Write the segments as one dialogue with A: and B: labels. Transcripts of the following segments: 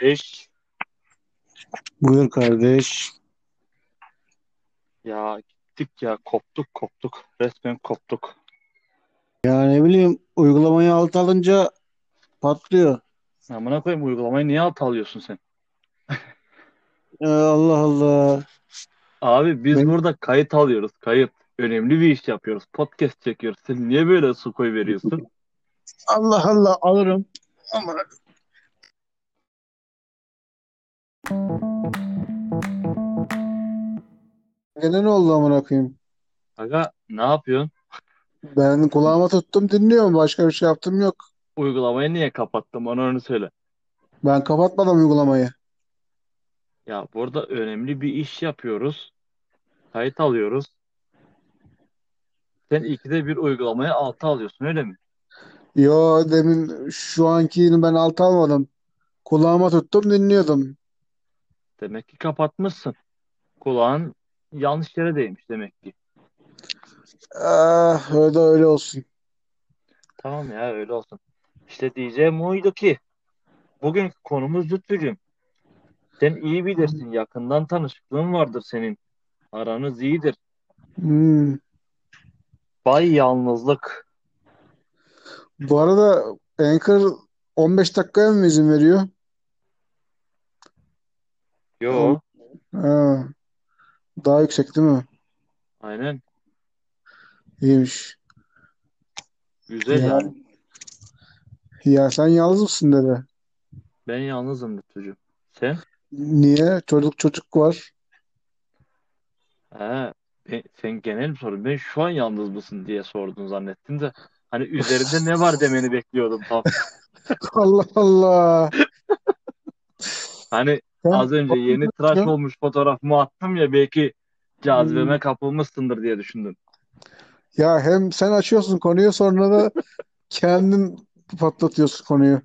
A: Eş
B: Buyur kardeş.
A: ya gittik ya koptuk koptuk. Resmen koptuk.
B: Ya ne bileyim uygulamayı alt alınca patlıyor.
A: Amına koyayım uygulamayı niye alt alıyorsun sen?
B: Ya Ee, Allah Allah.
A: Abi biz
B: Ben-
A: burada kayıt alıyoruz. Kayıt. Önemli bir iş yapıyoruz. Podcast çekiyoruz. Sen niye böyle su koy veriyorsun?
B: Allah Allah alırım. Ama Gene ne oldu amına koyayım?
A: Aga ne yapıyorsun?
B: Ben kulağıma tuttum dinliyorum. Başka bir şey yaptım yok.
A: Uygulamayı niye kapattın? Bana onu söyle.
B: Ben kapatmadım uygulamayı.
A: Ya burada önemli bir iş yapıyoruz. Kayıt alıyoruz. Sen ikide bir uygulamayı alta alıyorsun öyle mi?
B: Yo demin şu ankini ben alt almadım. Kulağıma tuttum dinliyordum.
A: Demek ki kapatmışsın. Kulağın yanlış yere değmiş demek ki.
B: Ah, öyle öyle olsun.
A: Tamam ya öyle olsun. İşte diyeceğim oydu ki bugünkü konumuz Lütfücüğüm. Sen iyi bilirsin yakından tanışıklığın vardır senin. Aranız iyidir.
B: Hmm.
A: Bay yalnızlık.
B: Bu arada Anchor 15 dakikaya mı izin veriyor?
A: Yo.
B: Ha, daha yüksek değil mi?
A: Aynen.
B: İyiymiş.
A: Güzel
B: Ya.
A: yani.
B: Ya sen yalnız mısın dedi.
A: Ben yalnızım Lütfücüğüm. Sen?
B: Niye? Çocuk çocuk var.
A: He, ben- sen genel bir sorun. Ben şu an yalnız mısın diye sordun zannettim de. Hani üzerinde ne var demeni bekliyordum tam.
B: Allah Allah.
A: Hani
B: Sen-
A: az önce yeni tıraş
B: Hı?
A: olmuş fotoğrafımı attım ya belki cazibeme
B: Hmm.
A: kapılmışsındır diye düşündüm.
B: Ya hem sen açıyorsun konuyu sonra da kendin patlatıyorsun konuyu.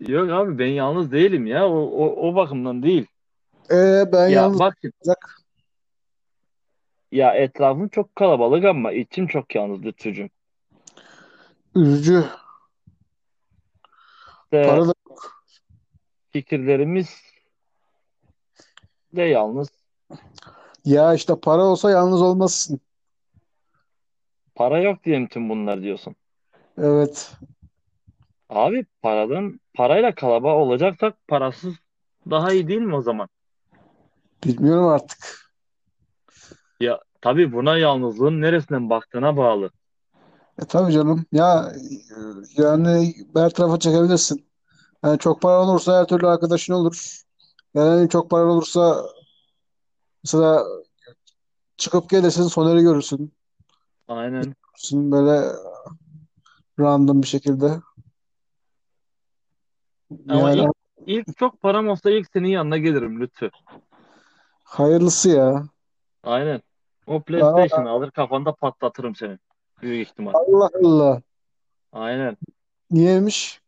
A: Yok abi ben yalnız değilim ya. O, o, o bakımdan değil.
B: Ee
A: Ya
B: ben yalnız
A: bak şimdi, ya etrafım çok kalabalık ama içim çok yalnız Lütfücüğüm.
B: üzücü.
A: İşte
B: Para da
A: fikirlerimiz de yalnız.
B: ya işte para olsa yalnız olmazsın.
A: Para yok diye mi tüm bunlar diyorsun.
B: Evet.
A: Abi paradan parayla kalabalık olacaksak parasız daha iyi değil mi o zaman?
B: Bilmiyorum artık.
A: Ya tabii buna yalnızlığın neresinden baktığına bağlı.
B: E tabii canım. Ya e, yani her tarafa çekebilirsin. Yani çok para olursa her türlü arkadaşın olur. Yani çok para olursa mesela çıkıp gelirsin Soner'i görürsün.
A: Aynen.
B: Görürsün Böyle random bir şekilde.
A: Ama
B: Yani
A: ilk, ilk çok param olsa ilk senin yanına gelirim lütfü.
B: hayırlısı ya.
A: Aynen. O
B: Aa,
A: PlayStation'ı alır kafanda patlatırım seni. Büyük ihtimal.
B: Allah Allah.
A: Aynen.
B: Niyemiş?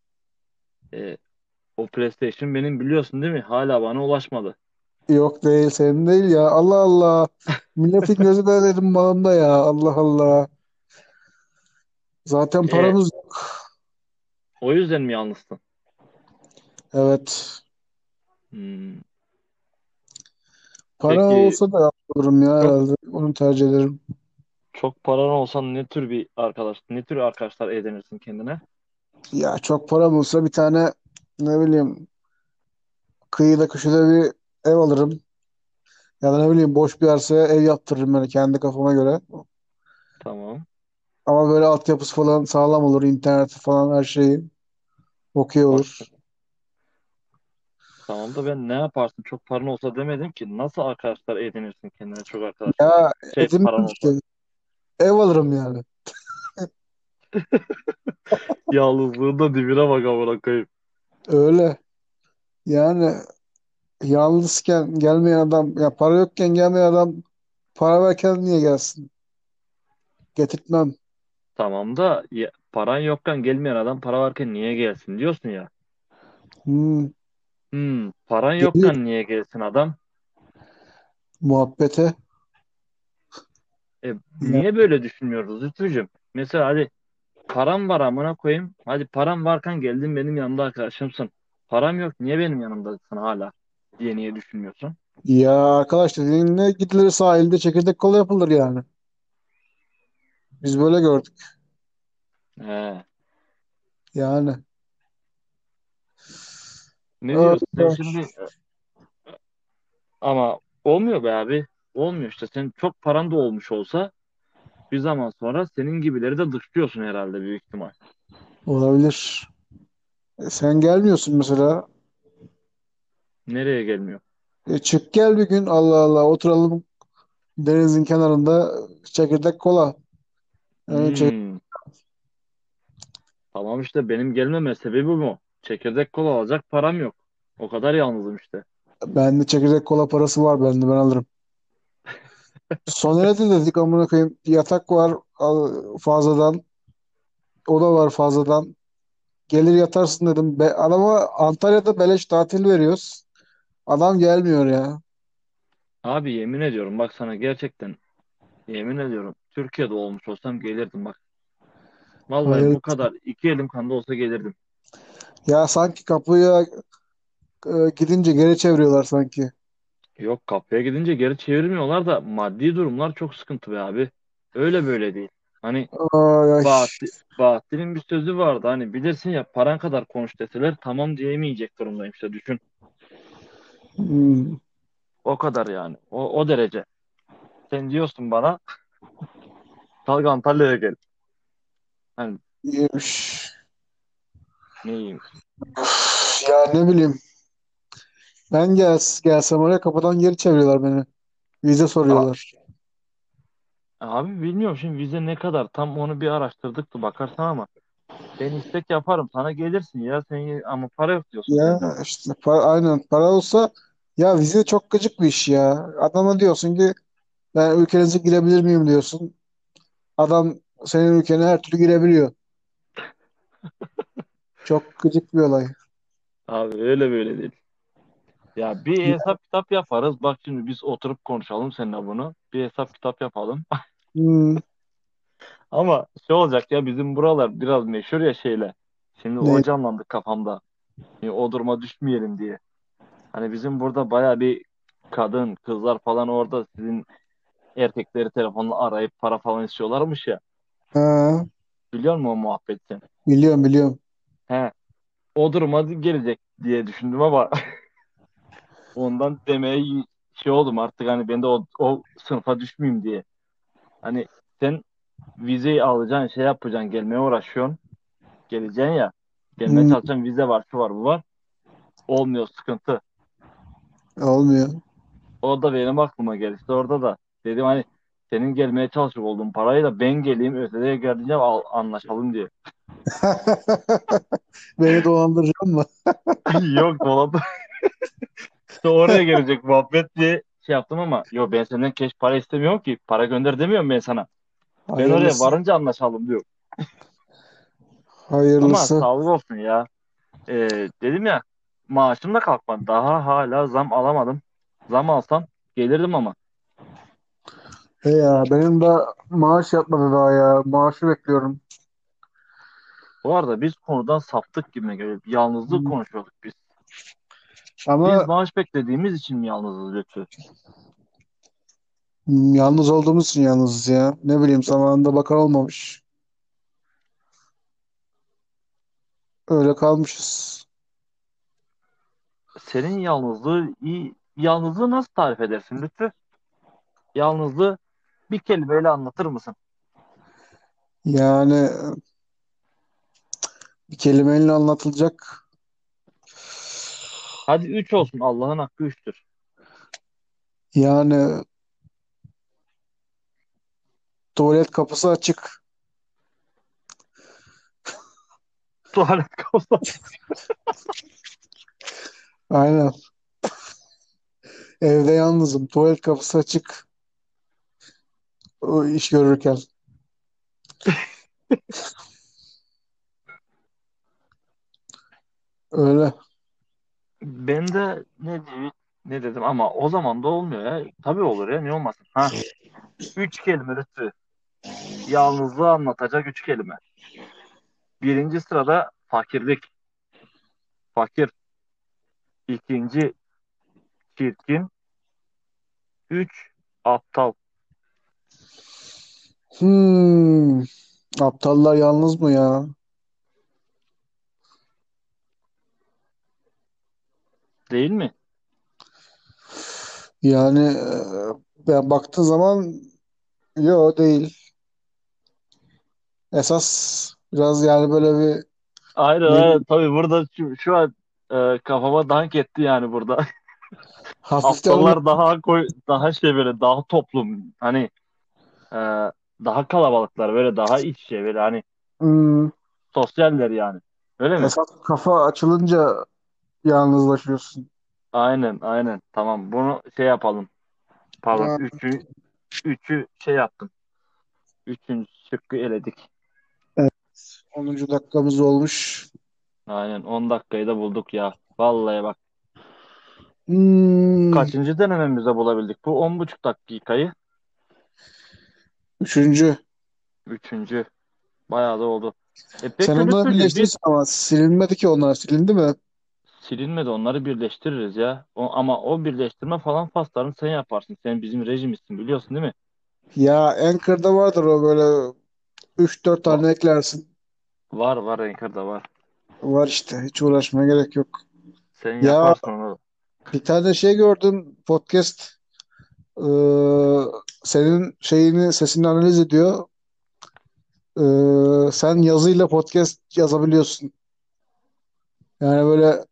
A: Ee, o PlayStation benim biliyorsun değil mi? Hala bana ulaşmadı.
B: Yok değil senin değil ya. Allah Allah. Milletin gözü de dedim malımda ya. Allah Allah. Zaten
A: Ee,
B: paramız
A: o yüzden mi yalnızsın?
B: Evet.
A: Hmm.
B: Para
A: Peki
B: olsa da alırım ya
A: çok
B: herhalde. Onu tercih ederim.
A: çok paran olsa ne tür bir arkadaş, ne tür arkadaşlar edinirsin kendine?
B: Ya çok param olsa bir tane ne bileyim kıyıda köşede bir ev alırım. Ya da ne bileyim boş bir arsaya ev yaptırırım böyle kendi kafama göre.
A: Tamam.
B: Ama böyle altyapısı falan sağlam olur. interneti falan her şeyi okey
A: Bak,
B: olur.
A: tamam da ben ne yaparsın? Çok paran olsa demedim ki. Nasıl arkadaşlar edinirsin kendine çok arkadaş?
B: Ya
A: Şey paran
B: edinmem işte.
A: olsa.
B: Ev alırım yani.
A: Yalnızlığın da dibine bak amına koyayım.
B: Öyle. Yani yalnızken gelmeyen adam ya para yokken gelmeyen adam para verken niye gelsin? Getirtmem.
A: Tamam da ya- paran yokken gelmeyen adam para varken niye gelsin diyorsun ya.
B: Hmm,
A: Hmm, paran
B: geliyor
A: yokken niye gelsin adam?
B: muhabbete.
A: E,
B: Ya,
A: niye böyle düşünmüyoruz Lütfücüğüm? Mesela hadi param var amına koyayım. Hadi param varken geldin benim yanımda arkadaşımsın. Param yok. Niye benim yanımdasın hala? diye niye düşünmüyorsun?
B: Ya arkadaş dediğinle gidilir sahilde çekirdek kola yapılır yani. Biz böyle gördük
A: He.
B: yani.
A: Ne
B: Öyle.
A: diyorsun sen şimdi? Ama olmuyor be abi. Olmuyor işte. Senin çok paran da olmuş olsa bir zaman sonra senin gibileri de dışlıyorsun herhalde büyük ihtimal.
B: Olabilir. E, sen gelmiyorsun mesela.
A: Nereye gelmiyor?
B: E, çık gel bir gün Allah Allah oturalım denizin kenarında çekirdek kola. Yani Ee, çek-
A: Hmm. Tamam işte benim gelmeme sebebi bu. Çekirdek kola alacak param yok. O kadar yalnızım işte.
B: bende çekirdek kola parası var bende ben alırım. Soner'e de dedik amına koyayım yatak var al, fazladan oda var fazladan gelir yatarsın dedim. Be, adama Antalya'da beleş tatil veriyoruz. Adam gelmiyor ya.
A: Abi yemin ediyorum bak sana gerçekten yemin ediyorum. Türkiye'de olmuş olsam gelirdim bak. Vallahi
B: Hayır.
A: bu kadar iki elim kanda olsa gelirdim.
B: Ya sanki kapıya e, gidince geri çeviriyorlar sanki.
A: Yok kapıya gidince geri çevirmiyorlar da maddi durumlar çok sıkıntı be abi. Öyle böyle değil. Hani
B: Ay, ay.
A: Bahattin, Bahattin'in bir sözü vardı hani bilirsin ya paran kadar konuş deseler tamam diyemeyecek durumdayım işte düşün.
B: Hmm.
A: O kadar yani. O, o derece. Sen diyorsun bana Talga Antalya'ya gel. Hani
B: İyiymiş.
A: neyim?
B: Üf, Ya ne bileyim. Ben gel, gelsem oraya kapıdan geri çeviriyorlar beni. Vize
A: A-
B: soruyorlar.
A: abi bilmiyorum şimdi vize ne kadar tam onu bir araştırdık da bakarsan ama ben istek yaparım sana gelirsin ya sen ama para yok diyorsun
B: Ya
A: sen.
B: işte para, aynen para olsa ya vize çok gıcık bir iş ya. Adama diyorsun ki ben ülkenize girebilir miyim diyorsun. Adam senin ülkene her türlü girebiliyor. Çok gıcık bir olay.
A: Abi öyle böyle değil. Ya bir hesap kitap yaparız. Bak şimdi biz oturup konuşalım seninle bunu. Bir hesap kitap yapalım.
B: Hmm,
A: Ama şey olacak ya bizim buralar biraz meşhur ya şeyle. Şimdi o
B: ne?
A: canlandı kafamda. Şimdi o duruma düşmeyelim diye. Hani bizim burada baya bir kadın, kızlar falan orada sizin erkekleri telefonla arayıp para falan istiyorlarmış ya.
B: Ha,
A: Biliyor musun o muhabbeti?
B: biliyorum biliyorum.
A: He. O duruma gelecek diye düşündüm ama ondan demeye şey oldum artık hani ben de o, o sınıfa düşmeyeyim diye. Hani sen vizeyi alacaksın, şey yapacaksın, gelmeye uğraşıyorsun. Geleceksin ya. Gelmeye
B: Hmm,
A: çalışacaksın, vize var, şu var, bu var. Olmuyor, sıkıntı.
B: olmuyor.
A: O da benim aklıma gelişti. Orada da dedim hani senin gelmeye çalışıp olduğun parayla ben geleyim, öteye geleceğim, al, anlaşalım diye.
B: Beni dolandıracak mı?
A: Yok dolap. İşte oraya gelecek muhabbet diye şey yaptım ama yok ben senden keş para istemiyorum ki. Para gönder demiyorum ben sana. Ben oraya
B: Hayırlısı.
A: varınca anlaşalım diyorum. Ama
B: Hayırlısı.
A: sağlık olsun ya. Ee, dedim ya maaşım da kalkmadı. Daha hala zam alamadım. Zam alsam gelirdim ama.
B: He ya benim de maaş yatmadı daha ya. Maaşı bekliyorum.
A: Bu arada biz konudan saptık gibi geliyor. Yalnızlık
B: Hmm.
A: konuşuyorduk biz. Biz
B: Ama
A: maaş beklediğimiz için mi yalnızız Lütfü?
B: hmm, yalnız olduğumuz için yalnızız ya. Ne bileyim zamanında bakan olmamış. Öyle kalmışız.
A: Senin yalnızlığı iyi, yalnızlığı nasıl tarif edersin Lütfü? Yalnızlığı bir kelimeyle anlatır mısın?
B: Yani bir kelimeyle anlatılacak.
A: Hadi üç olsun Allah'ın hakkı üçtür.
B: Yani tuvalet kapısı açık.
A: Tuvalet kapısı.
B: Aynen. Evde yalnızım. Tuvalet kapısı açık. O iş görürken. Öyle.
A: Ben de ne diyeyim, ne dedim ama o zaman da olmuyor ya. Tabii olur ya niye olmasın? Ha, üç kelime Lütfü. Yalnızlığı anlatacak üç kelime. Birinci sırada fakirlik. Fakir. İkinci çirkin. Üç aptal.
B: Hmm. Aptallar yalnız mı ya?
A: Değil mi?
B: Yani e, ben baktığın zaman yo değil. Esas biraz yani böyle bir
A: Hayır,
B: ne
A: hayır.
B: bileyim,
A: Tabii burada şu, şu an e, kafama dank etti yani burada.
B: hafif de onun
A: Aptallar daha koy, daha şey böyle daha toplum hani e, daha kalabalıklar böyle daha iç şey böyle hani
B: Hmm,
A: sosyaller yani. Öyle mi?
B: esas kafa açılınca yalnızlaşıyorsun.
A: Aynen aynen. Tamam bunu şey yapalım. Pardon.
B: Ya,
A: Üçü, üçü şey yaptım. Üçüncü şıkkı eledik.
B: evet, 10. dakikamız olmuş.
A: Aynen 10 dakikayı da bulduk ya. Vallahi bak.
B: Hmm,
A: Kaçıncı denememizde bulabildik bu 10,5 dakikayı?
B: üçüncü.
A: Üçüncü. Bayağı da oldu. E
B: Sen
A: peki
B: onları
A: Lütfücüğüm biz
B: birleştirirsin ama silinmedi ki onlar. Silindi mi?
A: silinmedi onları birleştiririz ya. O, ama o birleştirme falan paslarını sen yaparsın. Sen bizim rejimizsin biliyorsun değil mi?
B: Ya Anchor'da vardır o böyle 3-4
A: Va-
B: tane eklersin.
A: var var Anchor'da var.
B: Var işte. Hiç uğraşmaya gerek yok.
A: Sen
B: Ya
A: yaparsın onu.
B: bir tane şey gördüm. Podcast eee, senin şeyini sesini analiz ediyor. Eee, sen yazıyla podcast yazabiliyorsun. Yani böyle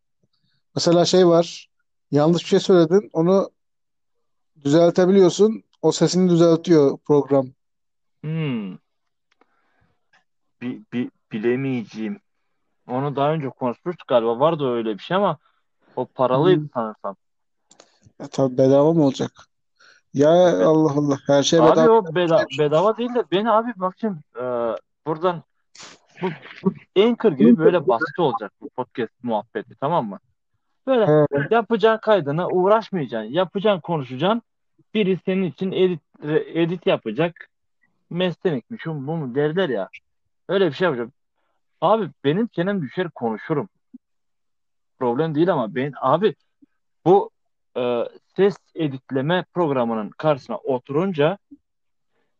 B: mesela şey var. Yanlış bir şey söyledin. Onu düzeltebiliyorsun. O sesini düzeltiyor program.
A: Hmm, bi, bi- bilemeyeceğim. Onu daha önce konuşmuştuk galiba. Vardı öyle bir şey ama o paralıydı
B: Hmm.
A: sanırsam.
B: E, tabii bedava mı olacak? Ya
A: Evet.
B: Allah Allah. Her şey
A: Abi
B: bedava.
A: o beda- bedava değil de beni abi bak şimdi e, buradan bu, bu Anchor gibi böyle basit olacak bu podcast muhabbeti tamam mı? Böyle
B: Ha,
A: yapacaksın kaydını uğraşmayacaksın. Yapacaksın konuşacaksın. Biri senin için edit, re- edit yapacak. Mestenekmiş şu bu mu derler ya. Öyle bir şey yapacağım. Abi benim çenem düşer konuşurum. Problem değil ama ben abi bu e, ses editleme programının karşısına oturunca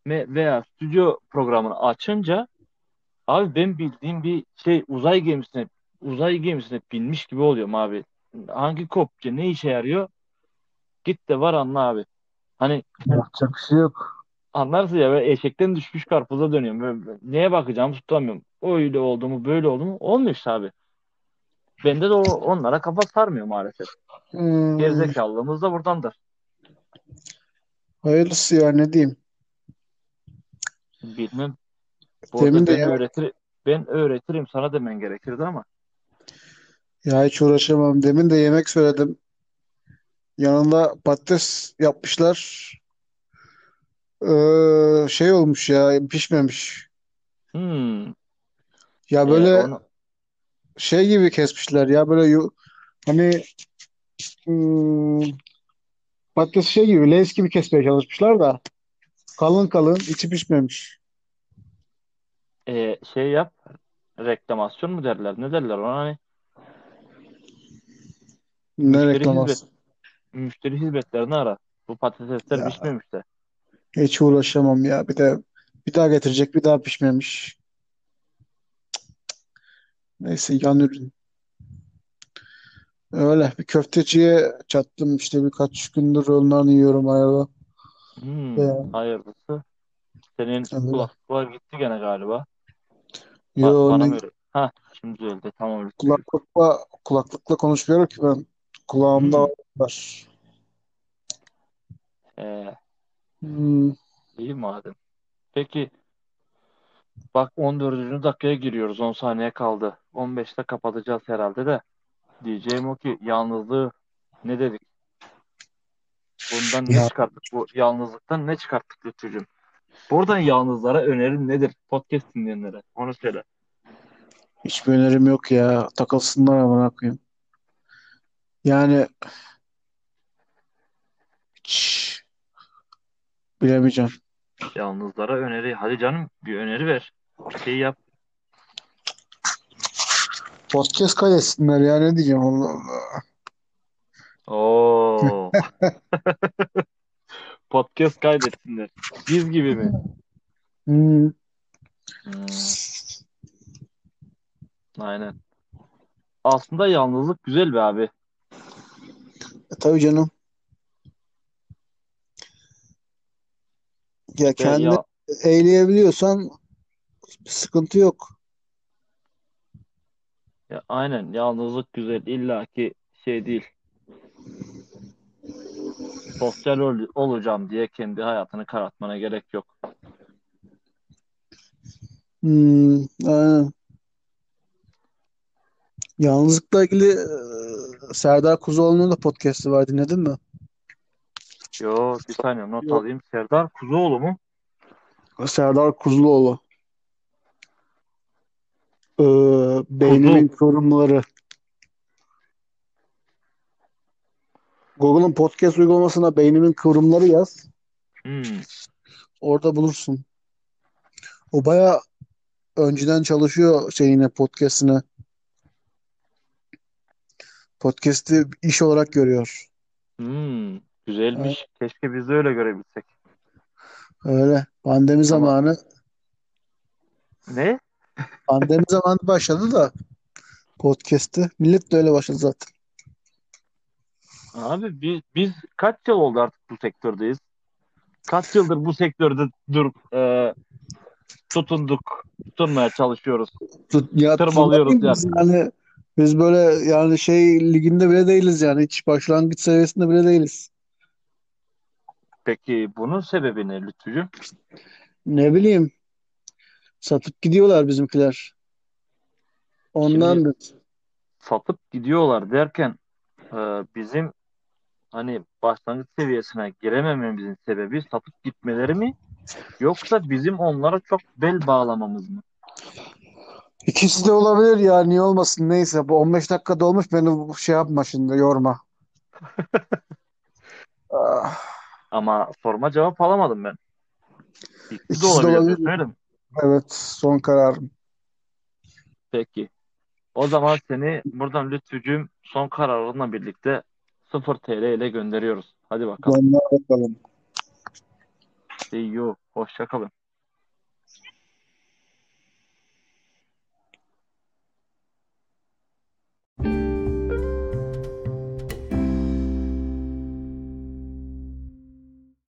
A: ve veya stüdyo programını açınca Abi ben bildiğim bir şey uzay gemisine uzay gemisine binmiş gibi oluyorum abi. Hangi kopça ne işe yarıyor? Git de var anla abi. Hani
B: yapacak bir şey yok.
A: anlarsın ya böyle eşekten düşmüş karpuza dönüyorum. Böyle, böyle neye bakacağımı tutamıyorum. Öyle oldu mu böyle oldu mu? Olmuyor işte abi. Bende de o, onlara kafa sarmıyor maalesef.
B: Hmm,
A: Gerizekalılığımız da buradandır.
B: hayırlısı ya ne diyeyim.
A: Bilmem.
B: Demin
A: Burada
B: de
A: ben
B: ya,
A: öğretir ben öğretirim sana demen gerekirdi ama.
B: ya hiç uğraşamam. Demin de yemek söyledim. Yanında patates yapmışlar. Ee, şey olmuş ya pişmemiş.
A: Hmm.
B: Ya
A: E,
B: böyle
A: onu
B: şey gibi kesmişler ya böyle yu- hani hmm, patates şey gibi Lay's gibi kesmeye çalışmışlar da kalın kalın içi pişmemiş.
A: e, şey yap. Reklamasyon mu derler? Ne derler ona hani?
B: Ne
A: Müşteri hizmet,
B: reklaması?
A: müşteri hizmetlerini ara. Bu patatesler
B: Ya
A: pişmemiş de.
B: hiç uğraşamam ya. Bir de bir daha getirecek bir daha pişmemiş. Neyse yan ürün. Öyle bir köfteciye çattım işte birkaç gündür onları yiyorum arada.
A: Hmm,
B: Ya,
A: hayırlısı. Senin
B: öyle.
A: kulaklıklar gitti gene galiba. Ba-
B: Yo
A: bana
B: ne
A: mı öyle? Ha, şimdi öldü. Tamam Lütfücüğüm.
B: kulaklıkla kulaklıkla konuşmuyorum ki ben. Kulağımda
A: Hmm,
B: var.
A: e,
B: Hmm.
A: iyi madem. Peki bak 14. dakikaya giriyoruz. 10 saniye kaldı. 15'te kapatacağız herhalde de. Diyeceğim o ki yalnızlığı ne dedik? Bundan ne
B: Ya
A: çıkarttık? Bu yalnızlıktan ne çıkarttık Lütfücüğüm? Buradan yalnızlara önerin nedir? Podcast dinleyenlere. Onu söyle.
B: hiçbir önerim yok ya. Takılsınlar amına koyayım. Yani hiç bilemeyeceğim.
A: Yalnızlara öneri. Hadi canım bir öneri ver. Bir şey yap.
B: Podcast kaydetsinler ya ne diyeceğim Allah Allah.
A: Oo. Podcast kaydetsinler. Biz gibi mi?
B: Hmm.
A: Hmm, aynen. Aslında yalnızlık güzel be abi.
B: E, tabii canım. Ya
A: İşte
B: kendini
A: ya
B: eğleyebiliyorsan sıkıntı yok.
A: Ya aynen yalnızlık güzel illaki şey değil sosyal ol- olacağım diye kendi hayatını karartmana gerek yok.
B: Hmm, aynen. Yalnızlıkla ilgili e, Serdar Kuzuoğlu'nun da podcast'i var dinledin mi?
A: Yo bir saniye not
B: Yok.
A: alayım. Serdar Kuzuoğlu mu?
B: Serdar Kuzuoğlu. E, beynimin
A: Kuzu.
B: kıvrımları. Google'ın podcast uygulamasına beynimin kıvrımları yaz.
A: Hmm.
B: Orada bulursun. O baya önceden çalışıyor şeyine podcast'ine. Podcast'i iş olarak görüyor.
A: Hmm.
B: E,
A: Güzelmiş. Keşke biz de öyle görebilsek.
B: Öyle. Pandemi
A: Ama
B: zamanı
A: ne?
B: pandemi zamanı başladı da podcast'i. Millet de öyle başladı zaten.
A: Abi biz, biz kaç yıl oldu artık bu sektördeyiz? Kaç yıldır bu sektörde dur, e, tutunduk, tutunmaya çalışıyoruz.
B: Tut, ya tutulmak
A: Tırmalıyoruz
B: değil biz
A: yani.
B: yani biz böyle yani şey liginde bile değiliz yani hiç başlangıç seviyesinde bile değiliz.
A: Peki bunun sebebi ne Lütfücüğüm?
B: Ne bileyim satıp gidiyorlar bizimkiler.
A: Şimdi
B: Ondandır.
A: satıp gidiyorlar derken e, bizim hani başlangıç seviyesine giremememizin sebebi satıp gitmeleri mi yoksa bizim onlara çok bel bağlamamız mı?
B: İkisi de olabilir ya niye olmasın neyse bu 15 dakika dolmuş beni bu- şey yapma şimdi yorma. Ah,
A: Ama sorma cevap alamadım ben. İkisi de
B: İkisi de
A: olabilir
B: olabilir.
A: diyorsun öyle mi?
B: Evet son kararım.
A: Peki. O zaman seni buradan Lütfücüğüm son kararınla birlikte 0 TL ile gönderiyoruz. Hadi bakalım.
B: Gönder bakalım.
A: See you. Hoşça kalın.